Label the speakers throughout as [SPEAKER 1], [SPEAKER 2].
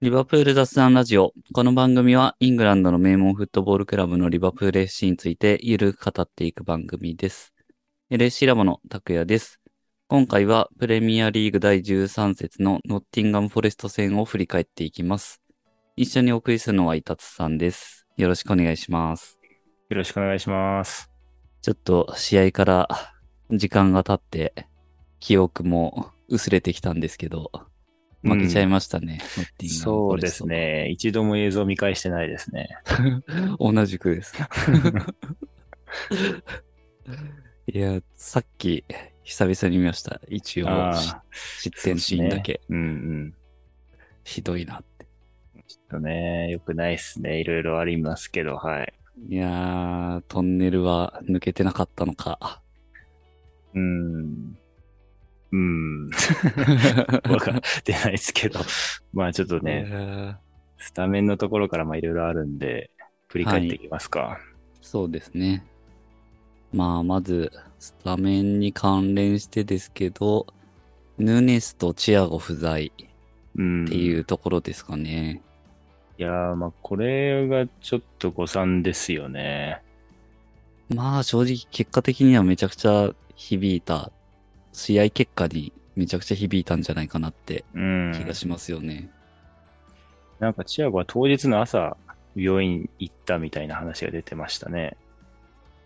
[SPEAKER 1] リバプール雑談ラジオ。この番組はイングランドの名門フットボールクラブのリバプール FC についてゆるく語っていく番組です。LSC ラボの拓也です。今回はプレミアリーグ第13節のノッティンガムフォレスト戦を振り返っていきます。一緒にお送りするのはイタツさんです。よろしくお願いします。
[SPEAKER 2] よろしくお願いします。
[SPEAKER 1] ちょっと試合から時間が経って記憶も薄れてきたんですけど、負けちゃいましたね。ノッティンガムフ
[SPEAKER 2] そ
[SPEAKER 1] ォ
[SPEAKER 2] う
[SPEAKER 1] レ
[SPEAKER 2] で
[SPEAKER 1] スト
[SPEAKER 2] すね。一度も映像見返してないですね。
[SPEAKER 1] 同じく です。いや、さっき、久々に見ました。一応
[SPEAKER 2] あ、
[SPEAKER 1] し
[SPEAKER 2] あ、
[SPEAKER 1] 失点シーンだけ、
[SPEAKER 2] うんうん。
[SPEAKER 1] ひどいなって。
[SPEAKER 2] ちょっとね、よくないっすね。いろいろありますけど、はい。
[SPEAKER 1] いやー、トンネルは抜けてなかったのか。
[SPEAKER 2] うん。うん。 わかってないですけど。 まあちょっとね、
[SPEAKER 1] いやー
[SPEAKER 2] スタメンのところからまあいろいろあるんで、振り返っていきますか。
[SPEAKER 1] そうですね。まあ、まず、スタメンに関連してですけど、ヌネスとチアゴ不在っ
[SPEAKER 2] うん。。
[SPEAKER 1] ていううところですかね。
[SPEAKER 2] いやー、まあこれがちょっと誤算ですよね。
[SPEAKER 1] まあ正直結果的にはめちゃくちゃ響いた、試合結果にめちゃくちゃ響いたんじゃないかなって
[SPEAKER 2] うん。
[SPEAKER 1] 気がしますよね。
[SPEAKER 2] なんかチアゴは当日の朝、病院行ったみたいな話が出てましたね。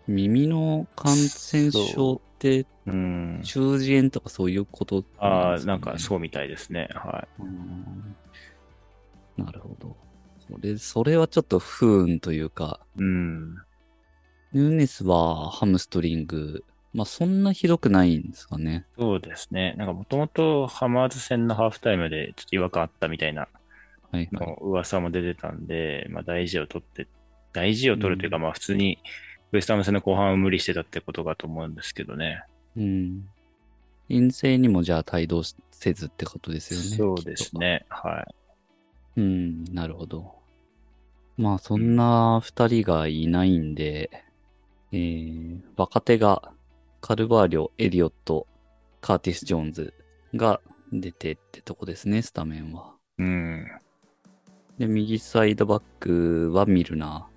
[SPEAKER 1] 耳の感染症って
[SPEAKER 2] うん。
[SPEAKER 1] 中耳炎とかそういうこと
[SPEAKER 2] ああ、
[SPEAKER 1] です
[SPEAKER 2] なんか
[SPEAKER 1] う
[SPEAKER 2] そうみたいですね。は
[SPEAKER 1] ーん。なるほど。それ、それはちょっと不運というか、
[SPEAKER 2] い。うん。
[SPEAKER 1] ヌーネスはハムストリング、まあそんなひどくないんですかね。
[SPEAKER 2] そうですね。なんかもともとハマーズ戦のハーフタイムでちょっと違和感あったみたいな
[SPEAKER 1] はいはい。
[SPEAKER 2] の噂も出てたんで、まあ大事を取って、大事を取るというか、まあ普通にウエスタム戦の後半を無理してたってことかと思うんですけどね。
[SPEAKER 1] うん。陰性にもじゃあ帯同せずってことですよね。
[SPEAKER 2] そうです
[SPEAKER 1] ね
[SPEAKER 2] ね。は
[SPEAKER 1] う
[SPEAKER 2] い。
[SPEAKER 1] ん、なるほど。まあ、そんな二人がいないんで、えー、若手が、カルバーリョ、エリオット、カーティス・ジョーンズが出てってとこですね、スタメンは。
[SPEAKER 2] うん。
[SPEAKER 1] で、右サイドバックはミルナ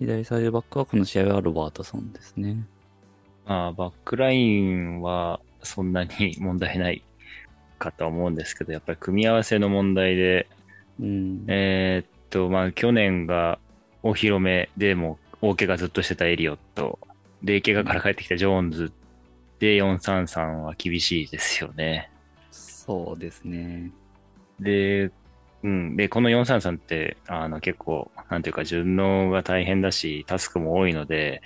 [SPEAKER 1] ー。左サイドバックはこの試合はロバートソンですね。
[SPEAKER 2] まあ、バックラインはそんなに問題ないかと思うんですけど、やっぱり組み合わせの問題で、
[SPEAKER 1] うん。
[SPEAKER 2] えーっと、まあ、去年がお披露目でも大怪我ずっとしてたエリオット、で、怪我から帰ってきたジョーンズで433は厳しいですよね。
[SPEAKER 1] そうですね。
[SPEAKER 2] で、うん。で、この433って、あの、結構、なんていうか、順応が大変だし、タスクも多いので、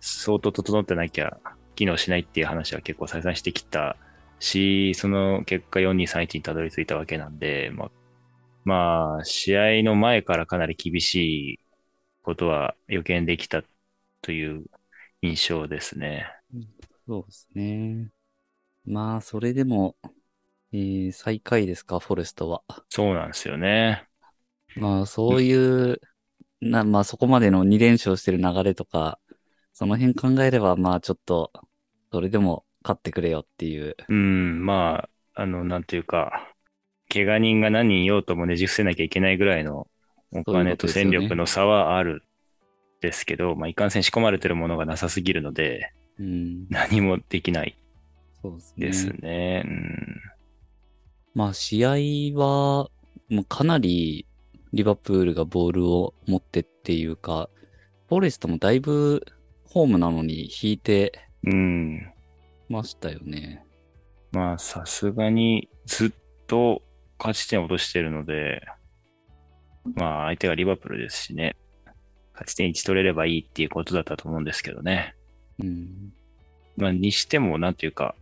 [SPEAKER 2] 相当整ってなきゃ、機能しないっていう話は結構再三してきたし、その結果4231にたどり着いたわけなんで、まあ、まあ、試合の前からかなり厳しいことは予見できたという印象ですね。
[SPEAKER 1] そうですね。まあ、それでも、えー、最下位ですか、フォレストは。
[SPEAKER 2] そうなんですよね。
[SPEAKER 1] まあ、そういう、な、まあ、そこまでの2連勝してる流れとか、その辺考えれば、まあ、ちょっと、それでも勝ってくれよっていう。
[SPEAKER 2] うん、まあ、あの、なんていうか、怪我人が何人いようともねじ伏せなきゃいけないぐらいのお
[SPEAKER 1] そういう
[SPEAKER 2] 金
[SPEAKER 1] こととですよ
[SPEAKER 2] 戦
[SPEAKER 1] ね
[SPEAKER 2] 力の差はあるですけど、まあ、いかんせん仕込まれてるものがなさすぎるので、
[SPEAKER 1] うん、
[SPEAKER 2] 何もできない
[SPEAKER 1] そうですね。
[SPEAKER 2] ですね。うん。
[SPEAKER 1] まあ、試合は、もうかなり、リバプールがボールを持ってっていうか、フォレストもだいぶ、ホームなのに引いて
[SPEAKER 2] うん。
[SPEAKER 1] ましたよね。
[SPEAKER 2] まあ、さすがにずっと勝ち点を落としてるので、まあ、相手がリバプールですしね、勝ち点1取れればいいっていうことだったと思うんですけどね。
[SPEAKER 1] うん。
[SPEAKER 2] まあ、にしても、なんていうか、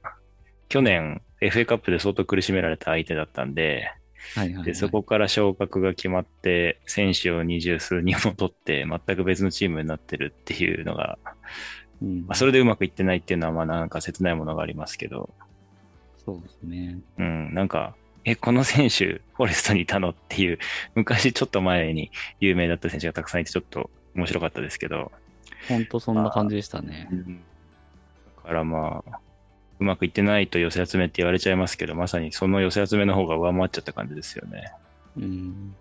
[SPEAKER 2] 去年、FA カップで相当苦しめられた相手だったんで、
[SPEAKER 1] はいはい、はい。
[SPEAKER 2] でそこから昇格が決まって、選手を二十数人も取って、全く別のチームになってるっていうのが、
[SPEAKER 1] うん
[SPEAKER 2] まあ、それでうまくいってないっていうのは、まあ、なんか切ないものがありますけど、
[SPEAKER 1] そうですね。
[SPEAKER 2] うん、なんか、え、この選手、フォレストにいたのっていう、昔ちょっと前に有名だった選手がたくさんいて、ちょっと面白かったですけど、
[SPEAKER 1] ほんとそんな感じでしたね。
[SPEAKER 2] だからまあ、うまくいってないと寄せ集めって言われちゃいますけど、まさにその寄せ集めの方が上回っちゃった感じですよね。
[SPEAKER 1] うん。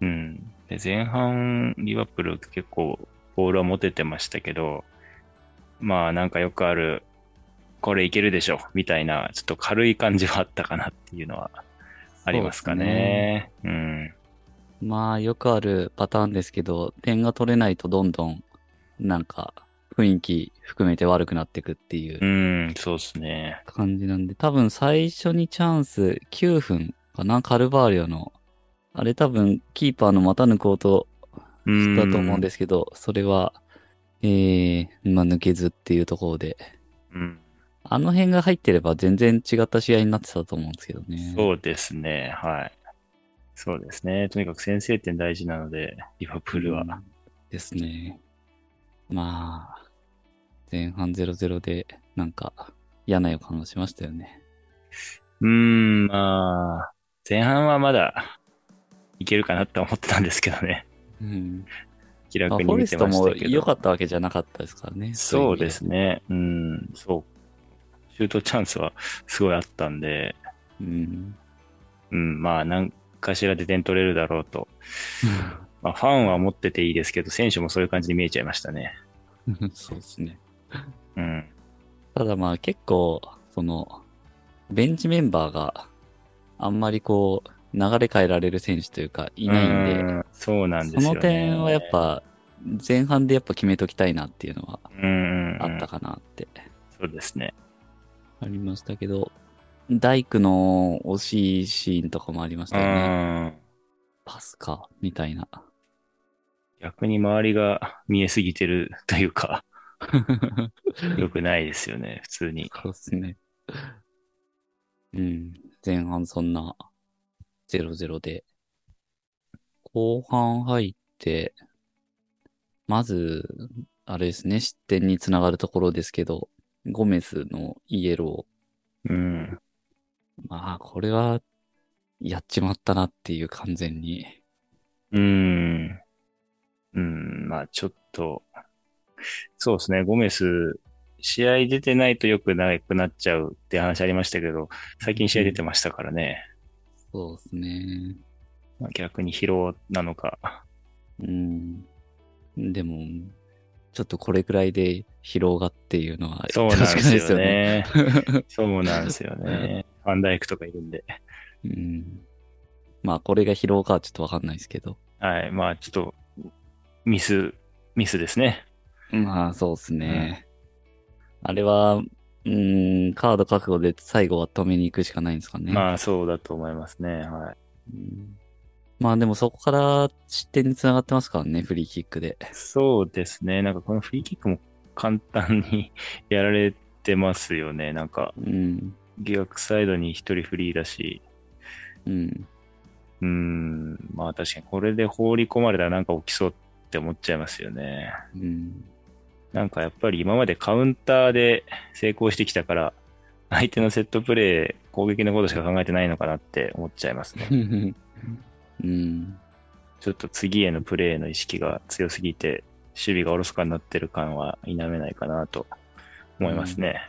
[SPEAKER 2] うん。で、前半、リバプール結構、ボールは持ててましたけど、まあなんかよくある、これいけるでしょ、みたいな、ちょっと軽い感じはあったかなっていうのはありますかね。うん。
[SPEAKER 1] まあ、よくあるパターンですけど、点が取れないとどんどん、なんか、雰囲気含めて悪くなっていくっていう
[SPEAKER 2] うん、そうですね。
[SPEAKER 1] 感じなんで、多分最初にチャンス9分かな、カルバーリョの。あれ多分、キーパーの股抜こうと
[SPEAKER 2] うん。
[SPEAKER 1] したと思うんですけど、それは、えー、まあ抜けずっていうところで、
[SPEAKER 2] うん。
[SPEAKER 1] あの辺が入ってれば全然違った試合になってたと思うんですけどね。う。
[SPEAKER 2] そうですね。はい。そうですね。とにかく先制点大事なので、リバプールは。。
[SPEAKER 1] ですね。まあ、前半0-0で、なんか、嫌な予感がしましたよね。
[SPEAKER 2] うーん、まあ、前半はまだいけるかなって思ってたんですけどね。
[SPEAKER 1] うん。
[SPEAKER 2] 気
[SPEAKER 1] まあフ
[SPEAKER 2] 楽に
[SPEAKER 1] ォレ
[SPEAKER 2] 見
[SPEAKER 1] ス
[SPEAKER 2] て
[SPEAKER 1] ト
[SPEAKER 2] まし
[SPEAKER 1] も
[SPEAKER 2] たけ
[SPEAKER 1] 良
[SPEAKER 2] ど。
[SPEAKER 1] かったわけじゃなかったですからね。
[SPEAKER 2] そうで
[SPEAKER 1] ね。
[SPEAKER 2] すね。うん、そう。シュートチャンスはすごいあったんで、
[SPEAKER 1] うん。
[SPEAKER 2] うん、まあ、何かしらで点取れるだろうと。まあ、ファンは持ってていいですけど、選手もそういう感じに見えちゃいましたね。
[SPEAKER 1] そうですね。
[SPEAKER 2] うん。
[SPEAKER 1] ただまあ結構、その、ベンチメンバーがあんまりこう、流れ変えられる選手というか、いないんで、
[SPEAKER 2] うそうなんですよ、ね。
[SPEAKER 1] その点はやっ、ぱ、前半でやっぱ決めときたいなっていうのは
[SPEAKER 2] うん、うん
[SPEAKER 1] あった。かなって
[SPEAKER 2] そうですね。
[SPEAKER 1] ありましたけど、大工の惜しいシーンとかもありまし
[SPEAKER 2] う
[SPEAKER 1] たよね。
[SPEAKER 2] ん。
[SPEAKER 1] パスか、みたいな。
[SPEAKER 2] 逆に周りが見えすぎてるという か、良くないですよね、普通に。
[SPEAKER 1] そうですね。うん。前半そんな0-0で。後半入って、まず、あれですね、失点につながるところですけど、ゴメスのイエロ
[SPEAKER 2] うん。
[SPEAKER 1] ー。まあ、これは、やっちまったなっていう完全に。
[SPEAKER 2] うん。うん、まあちょっと、そうですね、ゴメス、試合出てないと良くなくなっちゃうって話ありましたけど、最近試合出てましたからね、
[SPEAKER 1] そうですね。
[SPEAKER 2] まあ逆に疲労なのか。
[SPEAKER 1] うん。でも、ちょっとこれくらいで疲労がっていうのは、
[SPEAKER 2] そうなんですよ
[SPEAKER 1] 確
[SPEAKER 2] ね。
[SPEAKER 1] かにですよね。
[SPEAKER 2] そうなんですよね。ファンダイクとかいるんで。
[SPEAKER 1] うん。まあ、これが疲労かはちょっとわかんないですけど。
[SPEAKER 2] はい、まあちょっと、ミス、ミスですね。
[SPEAKER 1] まあ、そうですね。あれは、うーん、カード覚悟で最後は止めに行くしかないんですかね。
[SPEAKER 2] まあそうだと思いますね。はい。
[SPEAKER 1] うんまあでもそこから失点につながってますからね、フリーキックで。
[SPEAKER 2] そうですね。なんかこのフリーキックも簡単に やられてますよね。なんか、
[SPEAKER 1] うん。
[SPEAKER 2] 逆サイドに一人フリーだし、
[SPEAKER 1] うん。
[SPEAKER 2] うーん、まあ確かにこれで放り込まれたらなんか起きそうって思っちゃいますよね。
[SPEAKER 1] うん。
[SPEAKER 2] なんかやっぱり今までカウンターで成功してきたから、相手のセットプレー、攻撃のことしか考えてないのかなって思っちゃいますね。
[SPEAKER 1] うん。
[SPEAKER 2] ちょっと次へのプレーの意識が強すぎて、守備がおろそかになってる感は否めないかなと思いますね。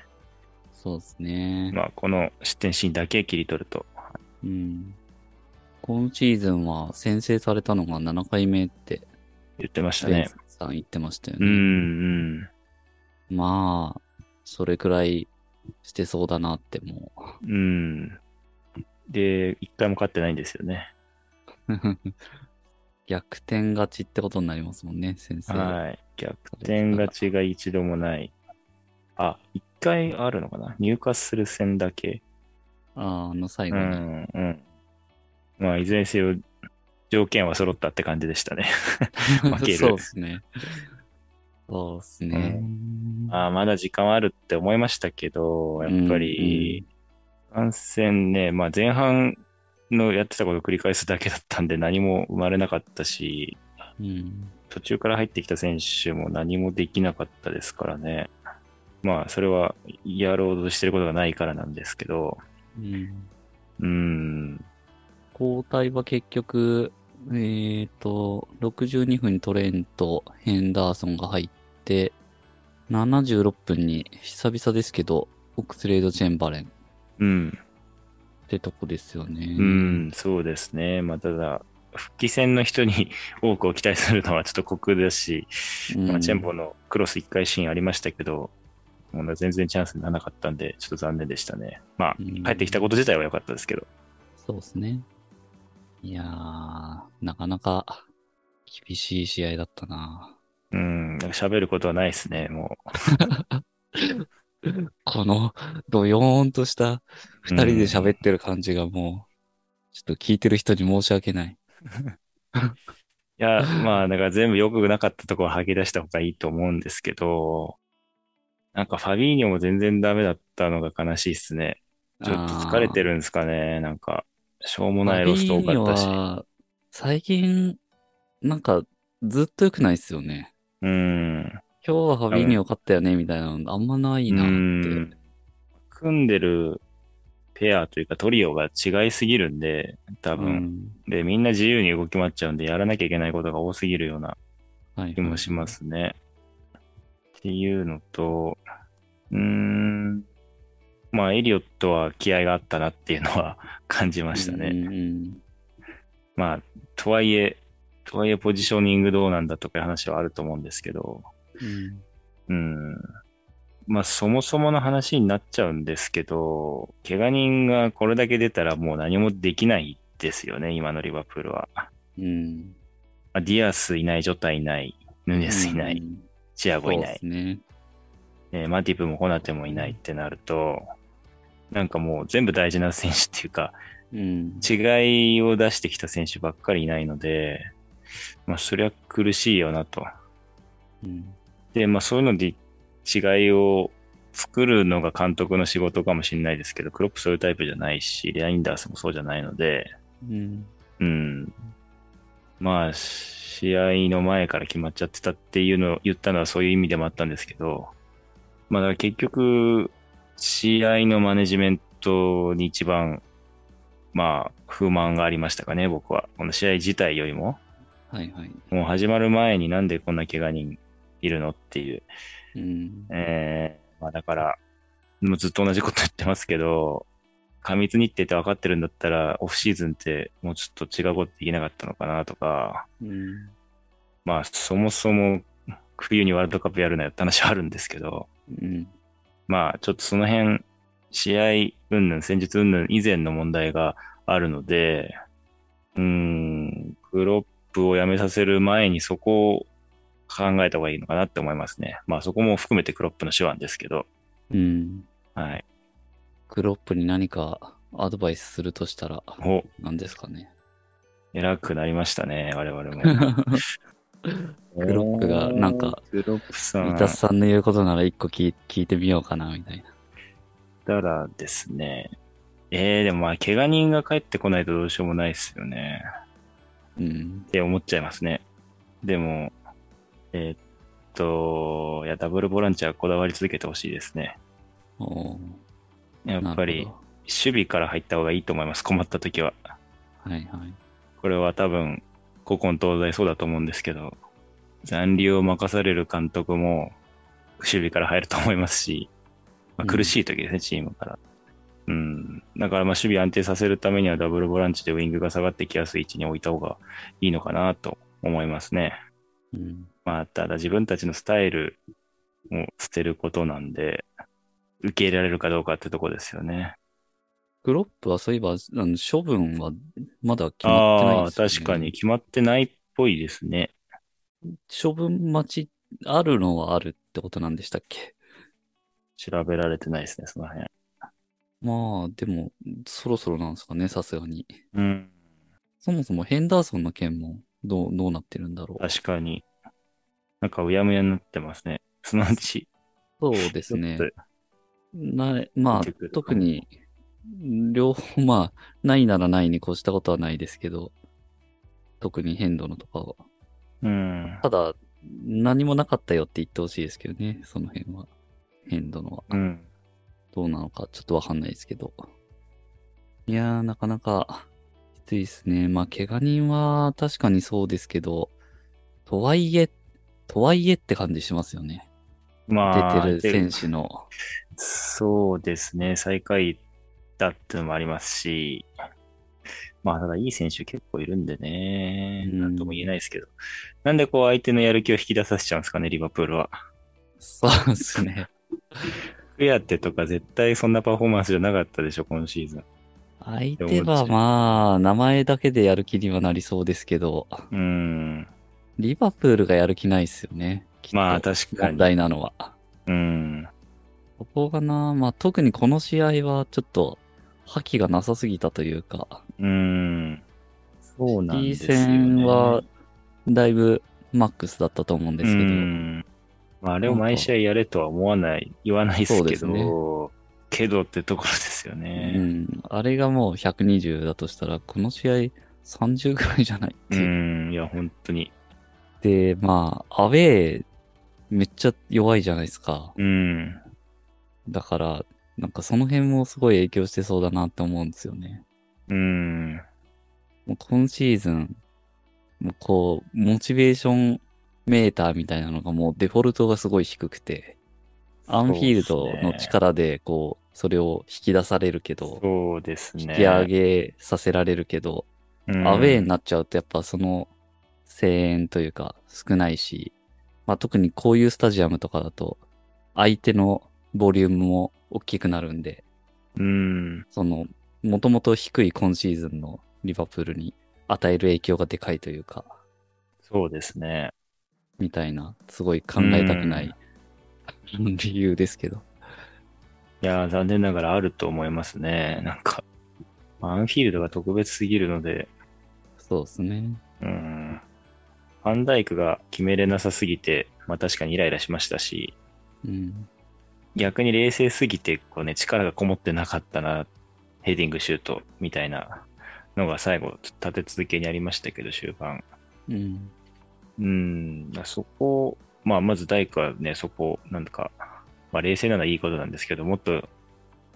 [SPEAKER 1] そうですね。
[SPEAKER 2] まあ、この失点シーンだけ切り取ると。
[SPEAKER 1] うん。今シーズンは先制されたのが7回目って、
[SPEAKER 2] 言ってました
[SPEAKER 1] ベン
[SPEAKER 2] ね。
[SPEAKER 1] さん言ってましたよ
[SPEAKER 2] う
[SPEAKER 1] ね。
[SPEAKER 2] ん、うん。
[SPEAKER 1] まあ、それくらいしてそうだなっても
[SPEAKER 2] うん。で、一回も勝ってないんですよね。
[SPEAKER 1] う。 逆転勝ちってことになりますもんね、先生。
[SPEAKER 2] はい。逆転勝ちが一度もない。あ、一回あるのかな入荷する戦だけ。
[SPEAKER 1] ああの最
[SPEAKER 2] う
[SPEAKER 1] 後に。
[SPEAKER 2] ん、うん。まあ、いずれにせよ、条件は揃ったって感じでしたね。負ける
[SPEAKER 1] そうですね。そうですね。
[SPEAKER 2] あーまだ時間はあるって思いましたけど、やっぱり、感染ね、まあ前半のやってたことを繰り返すだけだったんで何も生まれなかったし、
[SPEAKER 1] うん。
[SPEAKER 2] 途中から入ってきた選手も何もできなかったですからね。まあそれはやろうとしてることがないからなんですけど、
[SPEAKER 1] うん。
[SPEAKER 2] うーん、
[SPEAKER 1] 交代は結局、えっ、と、62分にトレント、ヘンダーソンが入って、76分に久々ですけど、オックスレード・チェンバレン。
[SPEAKER 2] うん、
[SPEAKER 1] ってとこですよね。
[SPEAKER 2] うん、そうですね。まあ、ただ、復帰戦の人に 多くを期待するのはちょっと酷だし、
[SPEAKER 1] うん
[SPEAKER 2] まあ、チェンボのクロス1回シーンありましたけど、まだ全然チャンスにならなかったんで、ちょっと残念でしたね。まあ、
[SPEAKER 1] うん
[SPEAKER 2] 帰ってきたこと自体は良かったですけど。
[SPEAKER 1] そうですね。いやー、なかなか厳しい試合だったな。
[SPEAKER 2] うん、なんか喋ることはないですね、もう。
[SPEAKER 1] このドヨーンとした二人で喋ってる感じがもう、ちょっと聞いてる人に申し訳ない。
[SPEAKER 2] いや、まあ、だから全部良くなかったところは吐き出した方がいいと思うんですけど、なんかファビーニョも全然ダメだったのが悲しいですね。ちょっと疲れて
[SPEAKER 1] る
[SPEAKER 2] るんですかね、なんか。しょうもないロスト多かったし。
[SPEAKER 1] は、最近、なんかずっと良くないっすよね。
[SPEAKER 2] うん。
[SPEAKER 1] 今日はファビーニョ勝ったよね、みたいなのあんまないなっ
[SPEAKER 2] う
[SPEAKER 1] て
[SPEAKER 2] ん。組んでるペアというかトリオが違いすぎるんで、多分。
[SPEAKER 1] うん
[SPEAKER 2] で、みんな自由に動き回っちゃうんで、やらなきゃいけないことが多すぎるような
[SPEAKER 1] はい
[SPEAKER 2] 気もしますね。っていうのと、うーん、まあ、エリオットは気合があったなっていうのは 感じましたね。
[SPEAKER 1] うんうん
[SPEAKER 2] まあ、とはいえ、とはいえポジショニングどうなんだとかいう話はあると思うんですけど、
[SPEAKER 1] うん
[SPEAKER 2] うん。まあ、そもそもの話になっちゃうんですけど、怪我人がこれだけ出たらもう何もできないですよね、今のリバプールは。ま
[SPEAKER 1] うん。
[SPEAKER 2] あ、ディアスいない、ジョタいない、ヌネスいな
[SPEAKER 1] う
[SPEAKER 2] い、
[SPEAKER 1] ん
[SPEAKER 2] チア
[SPEAKER 1] そ
[SPEAKER 2] ゴ
[SPEAKER 1] う
[SPEAKER 2] い
[SPEAKER 1] で
[SPEAKER 2] ない、
[SPEAKER 1] すね。
[SPEAKER 2] ねマティプもホナテもいないってなると、なんかもう全部大事な選手っていうか、
[SPEAKER 1] うん。
[SPEAKER 2] 違いを出してきた選手ばっかりいないので、まあ、そりゃ苦しいよなと。
[SPEAKER 1] うん
[SPEAKER 2] で、まあそういうので違いを作るのが監督の仕事かもしれないですけど、クロップそういうタイプじゃないし、レアインダースもそうじゃないので、
[SPEAKER 1] うん。
[SPEAKER 2] うん。まあ、試合の前から決まっちゃってたっていうのを言ったのはそういう意味でもあったんですけど、まあだから結局、試合のマネジメントに一番、まあ、不満がありましたかね、僕は。この試合自体よりも。
[SPEAKER 1] はいはい。
[SPEAKER 2] もう始まる前になんでこんな怪我人いるのっていう。
[SPEAKER 1] うん。
[SPEAKER 2] えーまあだから、もうずっと同じこと言ってますけど、過密日程って分かってるんだったら、オフシーズンってもうちょっと違うことできなかったのかなとか、
[SPEAKER 1] うん。
[SPEAKER 2] まあそもそも冬にワールドカップやるなよって話はあるんですけど、
[SPEAKER 1] うん。
[SPEAKER 2] まあちょっとその辺、試合云々、戦術云々以前の問題があるので、うーん、クロップを辞めさせる前にそこを考えた方がいいのかなって思いますね。まあそこも含めてクロップの手腕ですけど、
[SPEAKER 1] うん。
[SPEAKER 2] はい。
[SPEAKER 1] クロップに何かアドバイスするとしたら
[SPEAKER 2] お、
[SPEAKER 1] 何ですかね。
[SPEAKER 2] 偉くなりましたね、我々も。 ク
[SPEAKER 1] ロップがなんか、
[SPEAKER 2] クロップさん
[SPEAKER 1] 三
[SPEAKER 2] だ
[SPEAKER 1] 田
[SPEAKER 2] っ
[SPEAKER 1] さんの言うことなら一個聞い聞いてみようかな、みたいな。
[SPEAKER 2] たらですね、えー、でもまあ、怪我人が帰ってこないとどうしようもないですよね。
[SPEAKER 1] うん
[SPEAKER 2] っ。て思っちゃいますね。でも、えーっと、いや、ダブルボランチはこだわり続けてほしいですね。
[SPEAKER 1] おー
[SPEAKER 2] やっぱ
[SPEAKER 1] な
[SPEAKER 2] り、守
[SPEAKER 1] るほ
[SPEAKER 2] 備から入った方がいいと思います、困った時は。
[SPEAKER 1] どはいはい。
[SPEAKER 2] これは多分、古今東西そうだと思うんですけど、残留を任される監督も、守備から入ると思いますし、まあ、苦しい時ですね、チームから。うん。だから、まあ、守備安定させるためにはダブルボランチでウイングが下がってきやすい位置に置いた方がいいのかなと思いますね。
[SPEAKER 1] うん。
[SPEAKER 2] まあ、ただ自分たちのスタイルを捨てることなんで、受け入れられるかどうかってとこですよね。
[SPEAKER 1] クロップはそういえば、あの処分はまだ決まってない
[SPEAKER 2] あ
[SPEAKER 1] で
[SPEAKER 2] あ、
[SPEAKER 1] すよね。
[SPEAKER 2] 確かに。決まってないっぽいですね。
[SPEAKER 1] 処分待ち、あるのはあるってことなんでしたっけ
[SPEAKER 2] 調べられてないですね、その辺。
[SPEAKER 1] まあ、でも、そろそろなんですかね、さすがに。
[SPEAKER 2] うん。
[SPEAKER 1] そもそもヘンダーソンの件も、どう、どうなってるんだろう。
[SPEAKER 2] 確かに。なんかうやむやになってますね。そのうち。
[SPEAKER 1] そうですね
[SPEAKER 2] ちょっ。と
[SPEAKER 1] なま
[SPEAKER 2] 見
[SPEAKER 1] あ
[SPEAKER 2] てくる、
[SPEAKER 1] 特に、両方、まあ、ないならないに越したことはないですけど、特に変動のとかは。
[SPEAKER 2] うん。
[SPEAKER 1] ただ、何もなかったよって言ってほしいですけどね、その辺は。変動のは。
[SPEAKER 2] うん。
[SPEAKER 1] どうなのか、ちょっとわかんないですけど。いやー、なかなか、きついですね。まあ、怪我人は確かにそうですけど、とはいえ、とはいえって感じしますよね。
[SPEAKER 2] ま
[SPEAKER 1] 出
[SPEAKER 2] あ、
[SPEAKER 1] てる
[SPEAKER 2] で
[SPEAKER 1] 選手の。
[SPEAKER 2] そうですね。最下位たっていうのもありますし、まあ、ただいい選手結構いるんでね、
[SPEAKER 1] うん
[SPEAKER 2] なんとも言えないですけど、なんでこう相手のやる気を引き出させちゃうんですかね、リバプールは。
[SPEAKER 1] そうですね。
[SPEAKER 2] フェアテとか絶対そんなパフォーマンスじゃなかったでしょ、今シーズン。
[SPEAKER 1] 相手はまあ、名前だけでやる気にはなりそうですけど、
[SPEAKER 2] うーん。
[SPEAKER 1] リバプールがやる気ないですよね。きっと
[SPEAKER 2] まあ、確か
[SPEAKER 1] 問
[SPEAKER 2] に。
[SPEAKER 1] 題なのは。
[SPEAKER 2] うん。
[SPEAKER 1] ここがな、まあ特にこの試合はちょっと覇気がなさすぎたというか、
[SPEAKER 2] うん。そうなんですよ、ね。
[SPEAKER 1] 戦はだいぶマックスだったと思うんですけど、
[SPEAKER 2] うんまあ、あれを毎試合やれとは思わない、言わないですけど、
[SPEAKER 1] そうですね
[SPEAKER 2] けどってところですよ
[SPEAKER 1] う
[SPEAKER 2] ね。
[SPEAKER 1] んあれがもう120だとしたら、この試合30ぐらいじゃないって
[SPEAKER 2] う
[SPEAKER 1] 言っ
[SPEAKER 2] ん、いや、本当に。
[SPEAKER 1] て、まあ、アウェーめっちゃ弱いじゃないですか。
[SPEAKER 2] うん。
[SPEAKER 1] だから、なんかその辺もすごい影響してそうだなって思うんですよね。
[SPEAKER 2] うん。
[SPEAKER 1] もう今シーズン、もうこう、モチベーションメーターみたいなのがもうデフォルトがすごい低くて、アンフィールドの力でこう、それを引き出されるけど、
[SPEAKER 2] そうですね。
[SPEAKER 1] 引き上げさせられるけど、
[SPEAKER 2] うん
[SPEAKER 1] アウェーになっちゃうとやっぱその声援というか少ないし、まあ特にこういうスタジアムとかだと、相手のボリュームも大きくなるんで、
[SPEAKER 2] うん。
[SPEAKER 1] その、もともと低い今シーズンのリバプールに与える影響がでかいというか、
[SPEAKER 2] そうですね。
[SPEAKER 1] みたいな、すごい考えたくない、理由ですけど。
[SPEAKER 2] いや、残念ながらあると思いますね。なんか、アンフィールドが特別すぎるので、
[SPEAKER 1] そうですね。
[SPEAKER 2] うん。ファンダイクが決めれなさすぎて、まあ確かにイライラしましたし、
[SPEAKER 1] うん。
[SPEAKER 2] 逆に冷静すぎて、こうね、力がこもってなかったな、ヘディングシュートみたいなのが最後、立て続けにありましたけど、終盤。
[SPEAKER 1] うん。
[SPEAKER 2] うん、そこ、まあ、まず大工はね、そこ、なんとか、まあ、冷静なのはいいことなんですけど、もっと、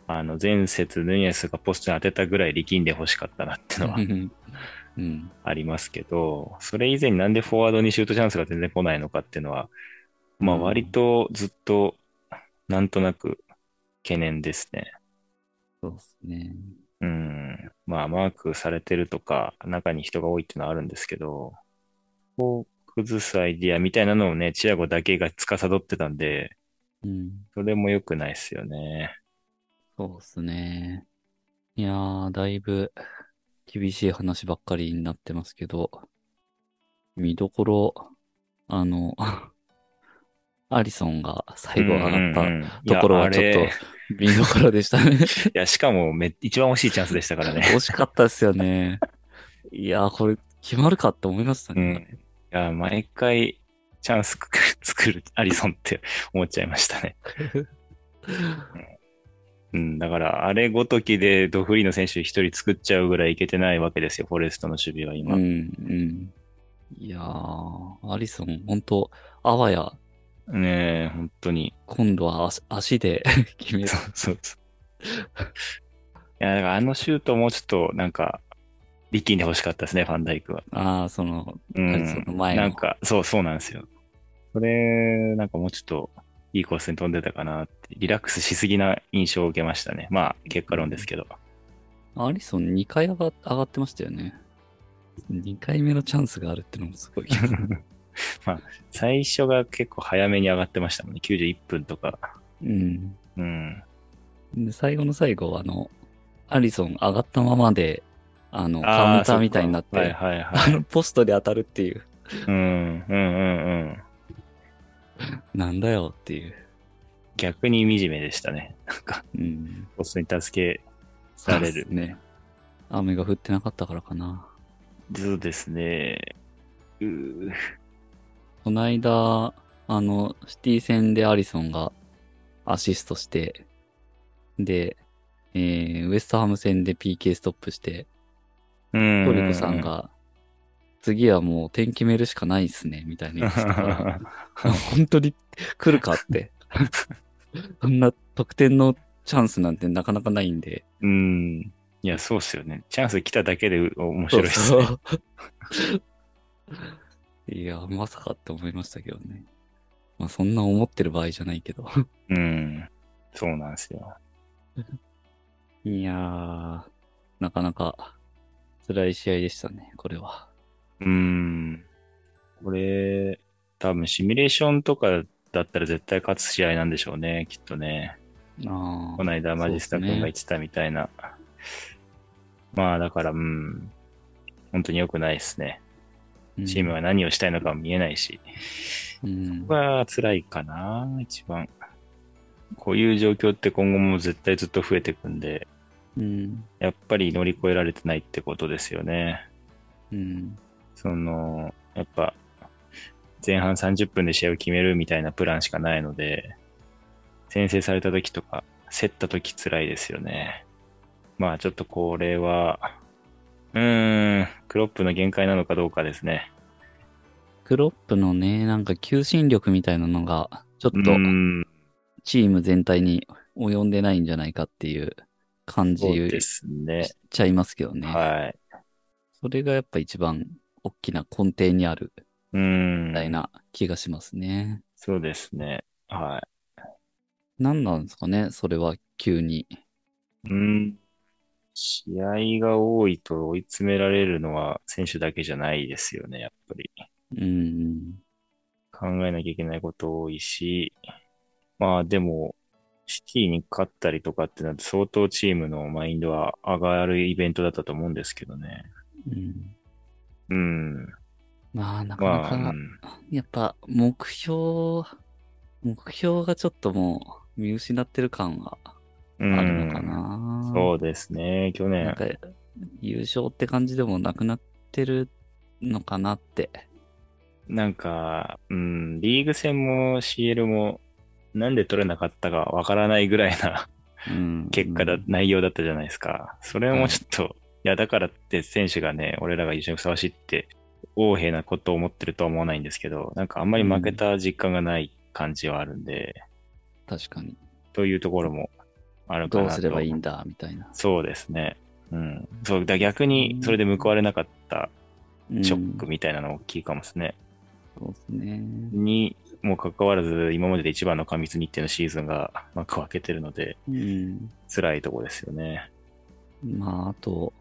[SPEAKER 2] あの、前節、ヌニエスがポストに当てたぐらい力んで欲しかったなってのは
[SPEAKER 1] うん。
[SPEAKER 2] ありますけど、それ以前になんでフォワードにシュートチャンスが全然来ないのかっていうのは、まあ、
[SPEAKER 1] うん
[SPEAKER 2] 割とずっと、なんとなく懸念ですね。
[SPEAKER 1] そうですね。
[SPEAKER 2] うん。まあ、マークされてるとか、中に人が多いっていうのはあるんですけど、こう、崩すアイディアみたいなのをね、チアゴだけが司ってたんで、
[SPEAKER 1] うん。
[SPEAKER 2] それも良くないですよね。
[SPEAKER 1] そうですね。いやー、だいぶ厳しい話ばっかりになってますけど、見どころ、あの、 アリソンが最後上がっ
[SPEAKER 2] う
[SPEAKER 1] た
[SPEAKER 2] んうんうん
[SPEAKER 1] ところはちょっ
[SPEAKER 2] いやあれ
[SPEAKER 1] と見どころでしたね。
[SPEAKER 2] いや、しかもめ、一番惜しいチャンスでしたからね。
[SPEAKER 1] 惜しかったですよね。 いやー、これ決まるかって思いました
[SPEAKER 2] う
[SPEAKER 1] ね。
[SPEAKER 2] ん。いや、毎回、チャンス作る、作るアリソンって思っちゃいました ね。うん、だから、あれごときでドフリーの選手一人作っちゃうぐらいいけてないわけですよ、フォレストの守備は今。
[SPEAKER 1] うん、うん。いやー、アリソン、本当あわや、
[SPEAKER 2] ねえ、本当に。
[SPEAKER 1] 今度は足足で 決める
[SPEAKER 2] そ。うそうそう。いや、だからあのシュートもちょっと、なんか、力んで欲しかったですね、ファンダイクは。
[SPEAKER 1] ああ、その、
[SPEAKER 2] う
[SPEAKER 1] あれそ
[SPEAKER 2] ん
[SPEAKER 1] の。前の
[SPEAKER 2] なんか、そうそうなんですよ。それ、なんかもうちょっと、いいコースに飛んでたかなって、リラックスしすぎな印象を受けましたね。まあ、結果論です けど。
[SPEAKER 1] アリソン2回上が上がってましたよね。2回目のチャンスがあるってのもすご い。
[SPEAKER 2] まあ、最初が結構早めに上がってましたもんね。91分とか。
[SPEAKER 1] うん。
[SPEAKER 2] うん。
[SPEAKER 1] で、最後の最後、あの、アリソン上がったままで、あの、
[SPEAKER 2] あ
[SPEAKER 1] カウンターみたいになっ
[SPEAKER 2] そっ
[SPEAKER 1] て、
[SPEAKER 2] かはいはいは
[SPEAKER 1] あ
[SPEAKER 2] い。
[SPEAKER 1] の、ポストで当たるっていう、
[SPEAKER 2] うん、うん、うん、うん。
[SPEAKER 1] なんだよっていう。
[SPEAKER 2] 逆に惨めでしたね。なんか、
[SPEAKER 1] うん。
[SPEAKER 2] コースに助けされる。
[SPEAKER 1] ね。雨が降ってなかったからかな。
[SPEAKER 2] そうですね。うー
[SPEAKER 1] この間、あの、シティ戦でアリソンがアシストして、で、えー、ウエストハム戦で PK ストップして、
[SPEAKER 2] うん
[SPEAKER 1] トリコさん。が、次はもう点決めるしかないですね、みたいな言ってたから、 本当に来るか って。そんな得点のチャンスなんてなかなかないんで。
[SPEAKER 2] うん。いや、そうっすよね。チャンス来ただけでう面白いっすね。
[SPEAKER 1] そうそういや、まさかって思いましたけどね。まあそんな思ってる場合じゃないけど。
[SPEAKER 2] うん。そうなんですよ。
[SPEAKER 1] いやー、なかなか辛い試合でしたね、これは。
[SPEAKER 2] うーん。これ、多分シミュレーションとかだったら絶対勝つ試合なんでしょうね、きっとね。
[SPEAKER 1] あ
[SPEAKER 2] この間マジスタ君が言ってたみたいな。まあだから、うん。本当に良くないですね。
[SPEAKER 1] ー
[SPEAKER 2] チームは何をしたいのかも見えないし。
[SPEAKER 1] うん
[SPEAKER 2] ここが辛いかな、一番。こういう状況って今後も絶対ずっと増えていくんで、
[SPEAKER 1] うん。
[SPEAKER 2] やっぱり乗り越えられてないってことですよね。
[SPEAKER 1] うん。
[SPEAKER 2] その、やっぱ、前半30分で試合を決めるみたいなプランしかないので、先制された時とか、競った時辛いですよね。まあちょっとこれは、うーん、クロップの限界なのかどうかですね。
[SPEAKER 1] クロップのね、なんか求心力みたいなのが、ちょっ
[SPEAKER 2] う
[SPEAKER 1] と
[SPEAKER 2] ーん、
[SPEAKER 1] チーム全体に及んでないんじゃないかっていう感じ
[SPEAKER 2] そうで
[SPEAKER 1] し
[SPEAKER 2] すね。
[SPEAKER 1] ちゃいますけどね。
[SPEAKER 2] はい。
[SPEAKER 1] それがやっぱ一番大きな根底にある
[SPEAKER 2] うーん
[SPEAKER 1] みたいな気がしますね。
[SPEAKER 2] そうですね。は
[SPEAKER 1] 何なんですかね、それは急に。
[SPEAKER 2] い。うん。試合が多いと追い詰められるのは選手だけじゃないですよね、やっぱり。
[SPEAKER 1] うん。
[SPEAKER 2] 考えなきゃいけないこと多いし、まあでも、シティに勝ったりとかってなって相当チームのマインドは上がるイベントだったと思うんですけどね。
[SPEAKER 1] うん、
[SPEAKER 2] うん。
[SPEAKER 1] まあ、なかな
[SPEAKER 2] ま
[SPEAKER 1] か、
[SPEAKER 2] あ、うん
[SPEAKER 1] やっぱ目標、目標がちょっともう見失ってる感が
[SPEAKER 2] うん
[SPEAKER 1] あるのかな。
[SPEAKER 2] そうですね、去
[SPEAKER 1] なんか、
[SPEAKER 2] 年。
[SPEAKER 1] 優勝って感じでもなくなってるのかなって。
[SPEAKER 2] なんか、うん、リーグ戦も CL もなんで取れなかったかわからないぐらいな
[SPEAKER 1] うん、
[SPEAKER 2] 結果だ、内容だったじゃないですか。それ
[SPEAKER 1] は
[SPEAKER 2] も
[SPEAKER 1] い
[SPEAKER 2] ちょっと、いや、だからって選手がね、俺らが優勝にふさわしいって、横柄なことを思ってるとは思わないんですけど、なんかあんまり負けた実感がない感じはあるんで、
[SPEAKER 1] 確かに。
[SPEAKER 2] というところもあるかな
[SPEAKER 1] どう
[SPEAKER 2] と。
[SPEAKER 1] すればいいんだ、みたいな。
[SPEAKER 2] そうですね。うん。そう、だ逆にそれで報われなかったショックみたいなの大きいかもですね。
[SPEAKER 1] うん、そうですね。
[SPEAKER 2] にもかかわらず、今までで一番の過密日程のシーズンが幕を開けてるので、
[SPEAKER 1] うん。
[SPEAKER 2] 辛いとこですよね。
[SPEAKER 1] まあ、あと、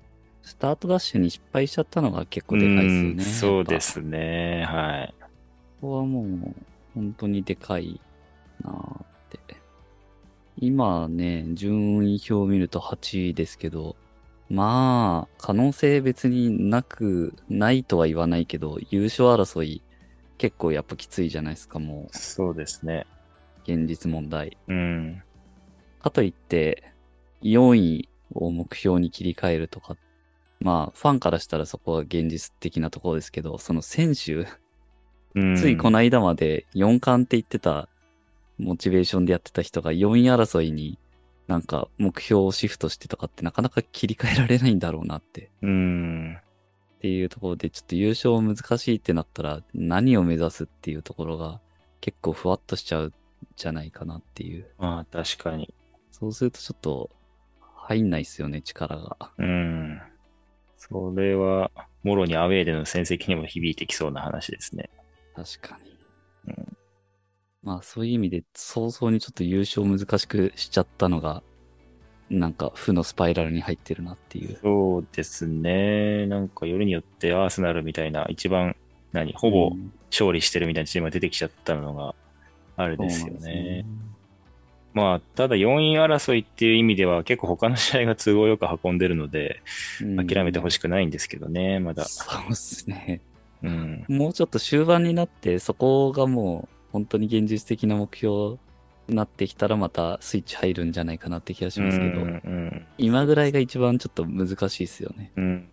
[SPEAKER 1] スタートダッシュに失敗しちゃったのが結構でかいですよ
[SPEAKER 2] うん
[SPEAKER 1] ね。
[SPEAKER 2] そうで
[SPEAKER 1] やっ
[SPEAKER 2] すね。はい。
[SPEAKER 1] ぱ。ここはもう、本当にでかいなーって。今ね、順位表を見ると8位ですけど、まあ、可能性別になく、ないとは言わないけど、優勝争い、結構やっぱきついじゃないですか、もう、
[SPEAKER 2] そうですね。
[SPEAKER 1] 現実問題。
[SPEAKER 2] うん。
[SPEAKER 1] かといって、4位を目標に切り替えるとか、まあ、ファンからしたらそこは現実的なところですけど、その選手、
[SPEAKER 2] うん、
[SPEAKER 1] ついこの間まで4冠って言ってた、モチベーションでやってた人が4位争いになんか目標をシフトしてとかってなかなか切り替えられないんだろうなって、
[SPEAKER 2] うん。
[SPEAKER 1] っていうところで、ちょっと優勝難しいってなったら何を目指すっていうところが結構ふわっとしちゃうんじゃないかなっていう。
[SPEAKER 2] まあ、確かに。
[SPEAKER 1] そうするとちょっと入んないっすよね、力が。
[SPEAKER 2] うん。それは、もろにアウェーでの戦績にも響いてきそうな話ですね。
[SPEAKER 1] 確かに。
[SPEAKER 2] う
[SPEAKER 1] まあそういう意味で早々にちょっと優勝難しくしちゃったのが、なんか負のスパイラルに入ってるなっていう。
[SPEAKER 2] そうですね。なんか、よりによってアーセナルみたいな、一番、何、ほぼ
[SPEAKER 1] うん
[SPEAKER 2] 勝利してるみたいなチームが出てきちゃったのが、あれですよ
[SPEAKER 1] そうなん
[SPEAKER 2] ね。まあ、ただ4位争いっていう意味では、結構他の試合が都合よく運んでるので、
[SPEAKER 1] すよね
[SPEAKER 2] 諦めてほ
[SPEAKER 1] しい。
[SPEAKER 2] しくないんですけどね、まだ。
[SPEAKER 1] そうですね。
[SPEAKER 2] うん。
[SPEAKER 1] もうちょっと終盤になって、そこがもう本当に現実的な目標になってきたらまたスイッチ入るんじゃないかなって気がしますけ
[SPEAKER 2] う
[SPEAKER 1] ど、
[SPEAKER 2] んうん
[SPEAKER 1] 今ぐらいが一番ちょっと難しいですよね。
[SPEAKER 2] うん。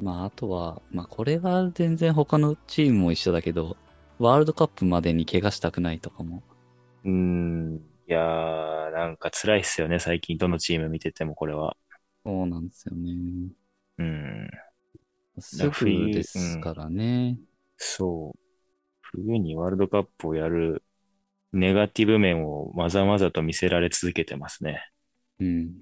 [SPEAKER 1] まあ、あとは、まあ、これは全然他のチームも一緒だけど、ワールドカップまでに怪我したくないとかも。
[SPEAKER 2] うーん、いやー、なんか辛いっすよね、最近、どのチーム見てても、これは。
[SPEAKER 1] そうなんですよね。
[SPEAKER 2] うん、
[SPEAKER 1] すぐですからね。
[SPEAKER 2] そう。冬にワールドカップをやる、ネガティブ面をまざまざと見せられ続けてますね。
[SPEAKER 1] うん。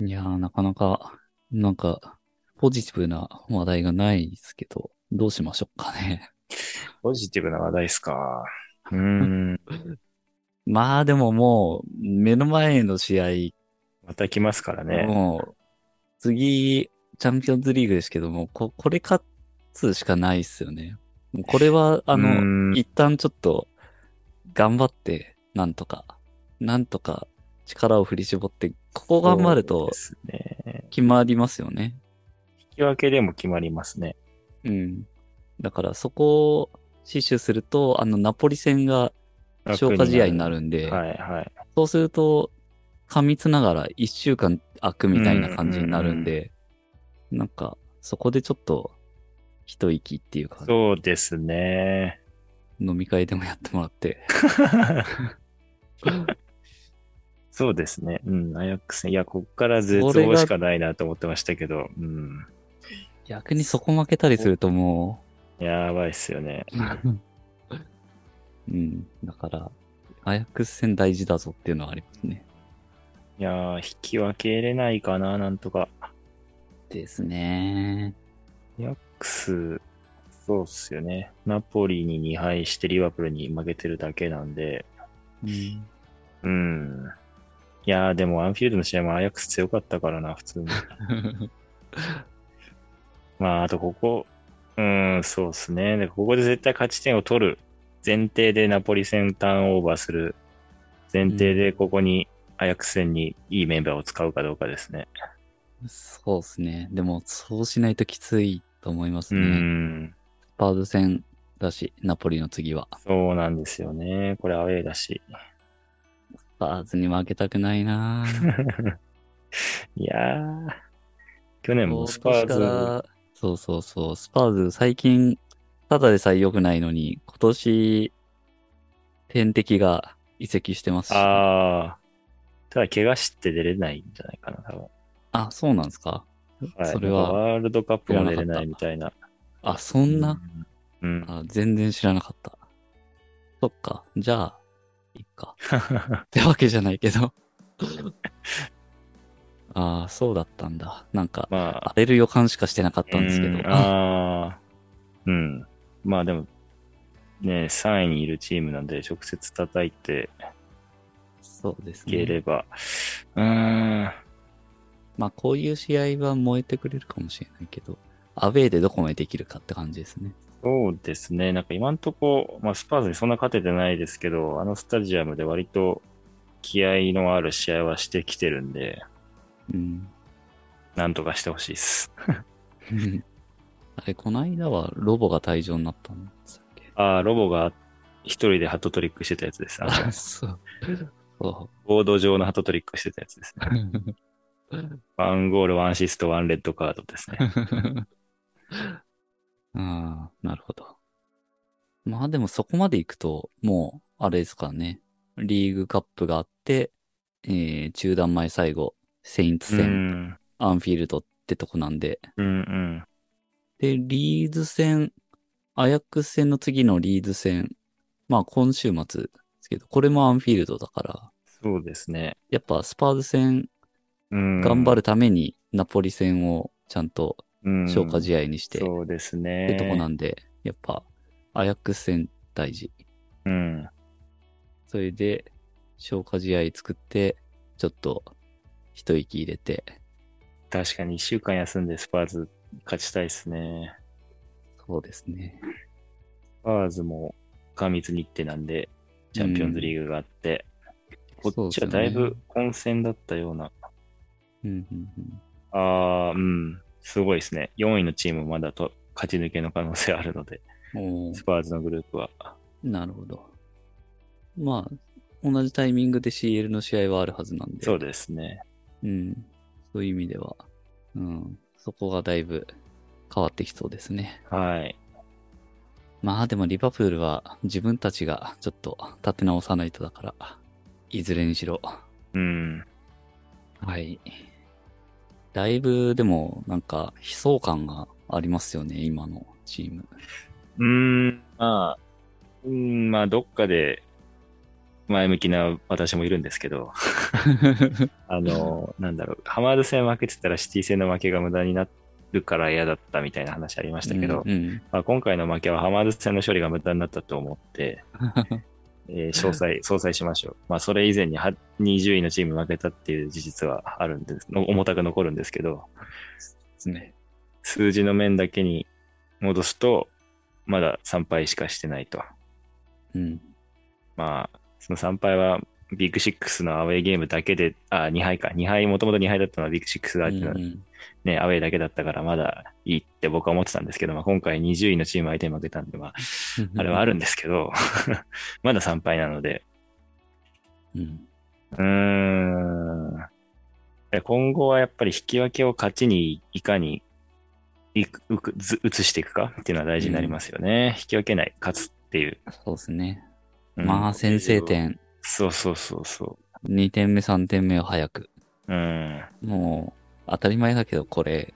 [SPEAKER 1] いやー、なかなか、なんか、ポジティブな話題がないですけど、どうしましょうかね。
[SPEAKER 2] ポジティブな話題っすか。うーん、
[SPEAKER 1] まあ、でももう、目の前の試合、
[SPEAKER 2] また来ますからね。
[SPEAKER 1] もう、次、チャンピオンズリーグですけども、ここれ勝つしかないですよね。もうこれは、あ
[SPEAKER 2] う
[SPEAKER 1] の、
[SPEAKER 2] ん
[SPEAKER 1] 一旦ちょっと、頑張って、なんとか、なんとか力を振り絞って、ここ頑張ると
[SPEAKER 2] そうですね。
[SPEAKER 1] 決まりますよね。
[SPEAKER 2] 引き分けでも決まりますね。
[SPEAKER 1] うん。だからそこを死守すると、あの、ナポリ戦が消化試合になるんで、
[SPEAKER 2] はいはい。
[SPEAKER 1] そうすると、過密ながら1週間空くみたいな感じになるんで、なんか、そこでちょっと、一息っていうか、
[SPEAKER 2] そうで すね。
[SPEAKER 1] 飲み会でもやってもら って。
[SPEAKER 2] そうですね。うん、アヤックスね。いや、こっから絶望しかないなと思ってましたけど、うん。
[SPEAKER 1] 逆にそこ負けたりするとも
[SPEAKER 2] やばいっすよね。
[SPEAKER 1] う、うん、だから、アヤックス戦大事だぞっていうのはありますね。
[SPEAKER 2] いやー、引き分けれないかな、なんとか。ア
[SPEAKER 1] ですね。
[SPEAKER 2] ヤックス、そうっすよね。ナポリに2敗してリバプールに負けてるだけなんで、
[SPEAKER 1] うん、
[SPEAKER 2] うん。いやー、でもアンフィールドの試合もアヤックス強かったからな、普通に。まあ、あとここ、うん、そうですね。で、ここで絶対勝ち点を取る前提でナポリ戦ターンオーバーする前提で、ここに、アヤックス戦にいいメンバーを使うかどうかですね。
[SPEAKER 1] そうですね。でも、そうしないときついと思います
[SPEAKER 2] う
[SPEAKER 1] ね。
[SPEAKER 2] ん、
[SPEAKER 1] スパーズ戦だし、ナポリの次は。
[SPEAKER 2] そうなんですよね。これアウェーだし。
[SPEAKER 1] スパーズに負けたくないなぁ
[SPEAKER 2] いやー、去年 もスパー
[SPEAKER 1] 今年か
[SPEAKER 2] ズ、
[SPEAKER 1] らそうそうそう。スパーズ最近、ただでさえ良くないのに、今年、天敵が移籍してますし
[SPEAKER 2] あー、ただ怪我して出れないんじゃないかな、多分。
[SPEAKER 1] あそうなんですか
[SPEAKER 2] はい、
[SPEAKER 1] それ
[SPEAKER 2] なん
[SPEAKER 1] は、
[SPEAKER 2] かワールドカップも出れないみたいな。
[SPEAKER 1] あ、そんな、
[SPEAKER 2] うん。うん、
[SPEAKER 1] あ全然知らなかった。そっか。じゃあ、いっ か。ってわけじゃないけど。ああ、そうだったんだ。なんか、
[SPEAKER 2] まあ、
[SPEAKER 1] 荒れる予感しかしてなかったんですけど
[SPEAKER 2] う。ああ。うん。まあでも、ね、3位にいるチームなんで、直接叩いて
[SPEAKER 1] そうです
[SPEAKER 2] いけ
[SPEAKER 1] ね。
[SPEAKER 2] れば、うーん、
[SPEAKER 1] まあ、こういう試合は燃えてくれるかもしれないけど、アウェーでどこまでできるかって感じですね。
[SPEAKER 2] そうですね。なんか今んとこ、まあスパーズにそんな勝ててないですけど、あのスタジアムで割と気合のある試合はしてきてるんで、
[SPEAKER 1] うん。
[SPEAKER 2] なんとかしてほしいです。
[SPEAKER 1] あれ、この間はロボが退場になったんですっけ
[SPEAKER 2] ああ、ロボが一人でハットトリックしてたやつです。あの
[SPEAKER 1] あ、そう。 そ
[SPEAKER 2] ボード上のハットトリックしてたやつですね。
[SPEAKER 1] う。
[SPEAKER 2] ワンゴール、ワンアシスト、ワンレッドカードですね。
[SPEAKER 1] ああ、なるほど。まあでもそこまで行くと、もう、あれですからね。リーグカップがあって、えー、中断前最後、セインツ
[SPEAKER 2] う
[SPEAKER 1] 戦、
[SPEAKER 2] ん。
[SPEAKER 1] アンフィールドってとこなんで。
[SPEAKER 2] うんうん。
[SPEAKER 1] で、リーズ戦、アヤックス戦の次のリーズ戦、まあ今週末ですけど、これもアンフィールドだから、
[SPEAKER 2] そうですね。
[SPEAKER 1] やっぱスパーズ戦
[SPEAKER 2] 頑
[SPEAKER 1] 頑張るためにナポリ戦をちゃんと消化
[SPEAKER 2] 合
[SPEAKER 1] 試合にして、
[SPEAKER 2] そうですね。
[SPEAKER 1] ってとこなんで、やっぱ、アヤックス戦大事。
[SPEAKER 2] うん。
[SPEAKER 1] それで、消化試合作って、ちょっと、一息入れて、
[SPEAKER 2] 確かに1週間休んでスパーズ勝ちたいですね。
[SPEAKER 1] そうですね。
[SPEAKER 2] スパーズも過密日程なんで、チャンピオンズリーグがあって、こっちはだいぶ混戦だったよう
[SPEAKER 1] そ
[SPEAKER 2] な。
[SPEAKER 1] うですよね、うんうん
[SPEAKER 2] ああ、うん。すごいですね。4位のチームまだと勝ち抜けの可能性あるので、
[SPEAKER 1] うん。おー
[SPEAKER 2] スパーズのグループは。
[SPEAKER 1] なるほど。まあ、同じタイミングで CL の試合はあるはずなんで。
[SPEAKER 2] そうですね。
[SPEAKER 1] うん。そういう意味では、うん。そこがだいぶ変わってきそうですね。
[SPEAKER 2] はい。
[SPEAKER 1] まあでもリバプールは自分たちがちょっと立て直さないとだから、いずれにしろ。
[SPEAKER 2] うん。
[SPEAKER 1] はい。だいぶでもなんか悲壮感がありますよね、今のチーム。
[SPEAKER 2] うーん、まあ、うーん、まあ、どっかで前向きな私もいるんです けど、あの、なんだろう、ハマード戦負けてたらシティ戦の負けが無駄になるから嫌だったみたいな話ありましたけど、
[SPEAKER 1] うん、うん
[SPEAKER 2] まあ、今回の負けはハマード戦の処理が無駄になったと思って、えー詳細、詳細しましょう。まあ、それ以前には20位のチーム負けたっていう事実はあるんです、の重たく残るんですけど、
[SPEAKER 1] すね。
[SPEAKER 2] 数字の面だけに戻すと、まだ3敗しかしてないと。
[SPEAKER 1] うん。
[SPEAKER 2] まあ、その3敗は、ビッグシックスのアウェイゲームだけで、あ、2敗か。2敗、もともと2敗だったのはビッグシックス相手の
[SPEAKER 1] うんうん
[SPEAKER 2] ね、アウェイだけだったからまだいいって僕は思ってたんですけど、まあ、今回20位のチーム相手に負けたんで、まあ、 あれはあるんですけど、まだ3敗なので、
[SPEAKER 1] うん。
[SPEAKER 2] うーん。今後はやっぱり引き分けを勝ちにいかにいくうくず移していくかっていうのは大事になりますよね。引き分けない、勝つっていう。
[SPEAKER 1] そうですね。
[SPEAKER 2] うん
[SPEAKER 1] まあ、先制。点、
[SPEAKER 2] そうそうそうそ
[SPEAKER 1] 2点目、3点目を早く。
[SPEAKER 2] う。うん。
[SPEAKER 1] もう、当たり前だけど、これ、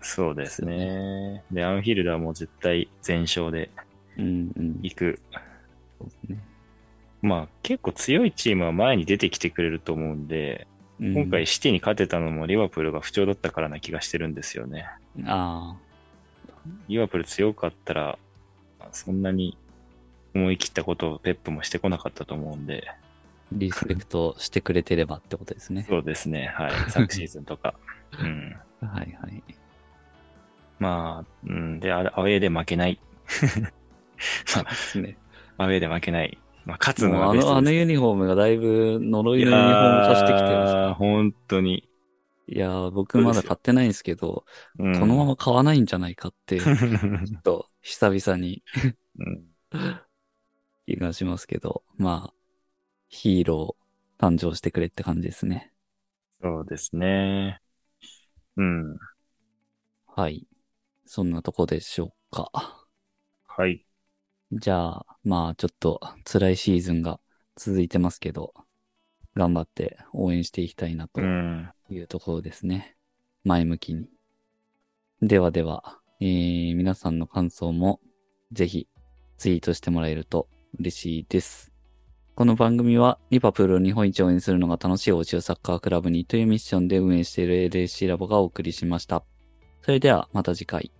[SPEAKER 2] そうですね。で、アンフィールドはもう絶対全勝で
[SPEAKER 1] うんうん。
[SPEAKER 2] いく
[SPEAKER 1] そうですね。
[SPEAKER 2] まあ結構強いチームは前に出てきてくれると思うんで、
[SPEAKER 1] うん
[SPEAKER 2] 今回シティに勝てたのもリバプールが不調だったからな気がしてるんですよね。
[SPEAKER 1] あ
[SPEAKER 2] リバプール強かったら、そんなに思い切ったことをペップもしてこなかったと思うんで、
[SPEAKER 1] あ、リスペクトしてくれてればってことですね。
[SPEAKER 2] そうですね、 はい、昨シーズンとか。うん、
[SPEAKER 1] はい はい。
[SPEAKER 2] まあ、うん、で、アアウェーで負けない。
[SPEAKER 1] ですね。
[SPEAKER 2] アウェーで負けない。まあ、勝つの
[SPEAKER 1] もう
[SPEAKER 2] が
[SPEAKER 1] あ
[SPEAKER 2] ベス
[SPEAKER 1] の、
[SPEAKER 2] ト
[SPEAKER 1] あ
[SPEAKER 2] で
[SPEAKER 1] の
[SPEAKER 2] す。
[SPEAKER 1] ユニフォームがだいぶ呪いのユニフ
[SPEAKER 2] いや
[SPEAKER 1] ォーム
[SPEAKER 2] ー
[SPEAKER 1] 化してきてますから。
[SPEAKER 2] 本当に。
[SPEAKER 1] いやー、僕まだ買ってないんですけど、
[SPEAKER 2] うん
[SPEAKER 1] このまま買わないんじゃないかって、ちょっと久々に
[SPEAKER 2] うん
[SPEAKER 1] 気がしますけど、まあ、ヒーロー誕生してくれって感じですね。
[SPEAKER 2] そうですね。うん。
[SPEAKER 1] はい。そんなとこでしょうか。
[SPEAKER 2] はい。
[SPEAKER 1] じゃあ、まあちょっと辛いシーズンが続いてますけど、頑張って応援していきたいなと
[SPEAKER 2] うん。
[SPEAKER 1] いうところですね。前向きに。ではでは、えー皆さんの感想もぜひツイートしてもらえると嬉しいです。この番組はリバプールを日本一応援するのが楽しい欧州サッカークラブにというミッションで運営している LAC ラボがお送りしました。それではまた次回。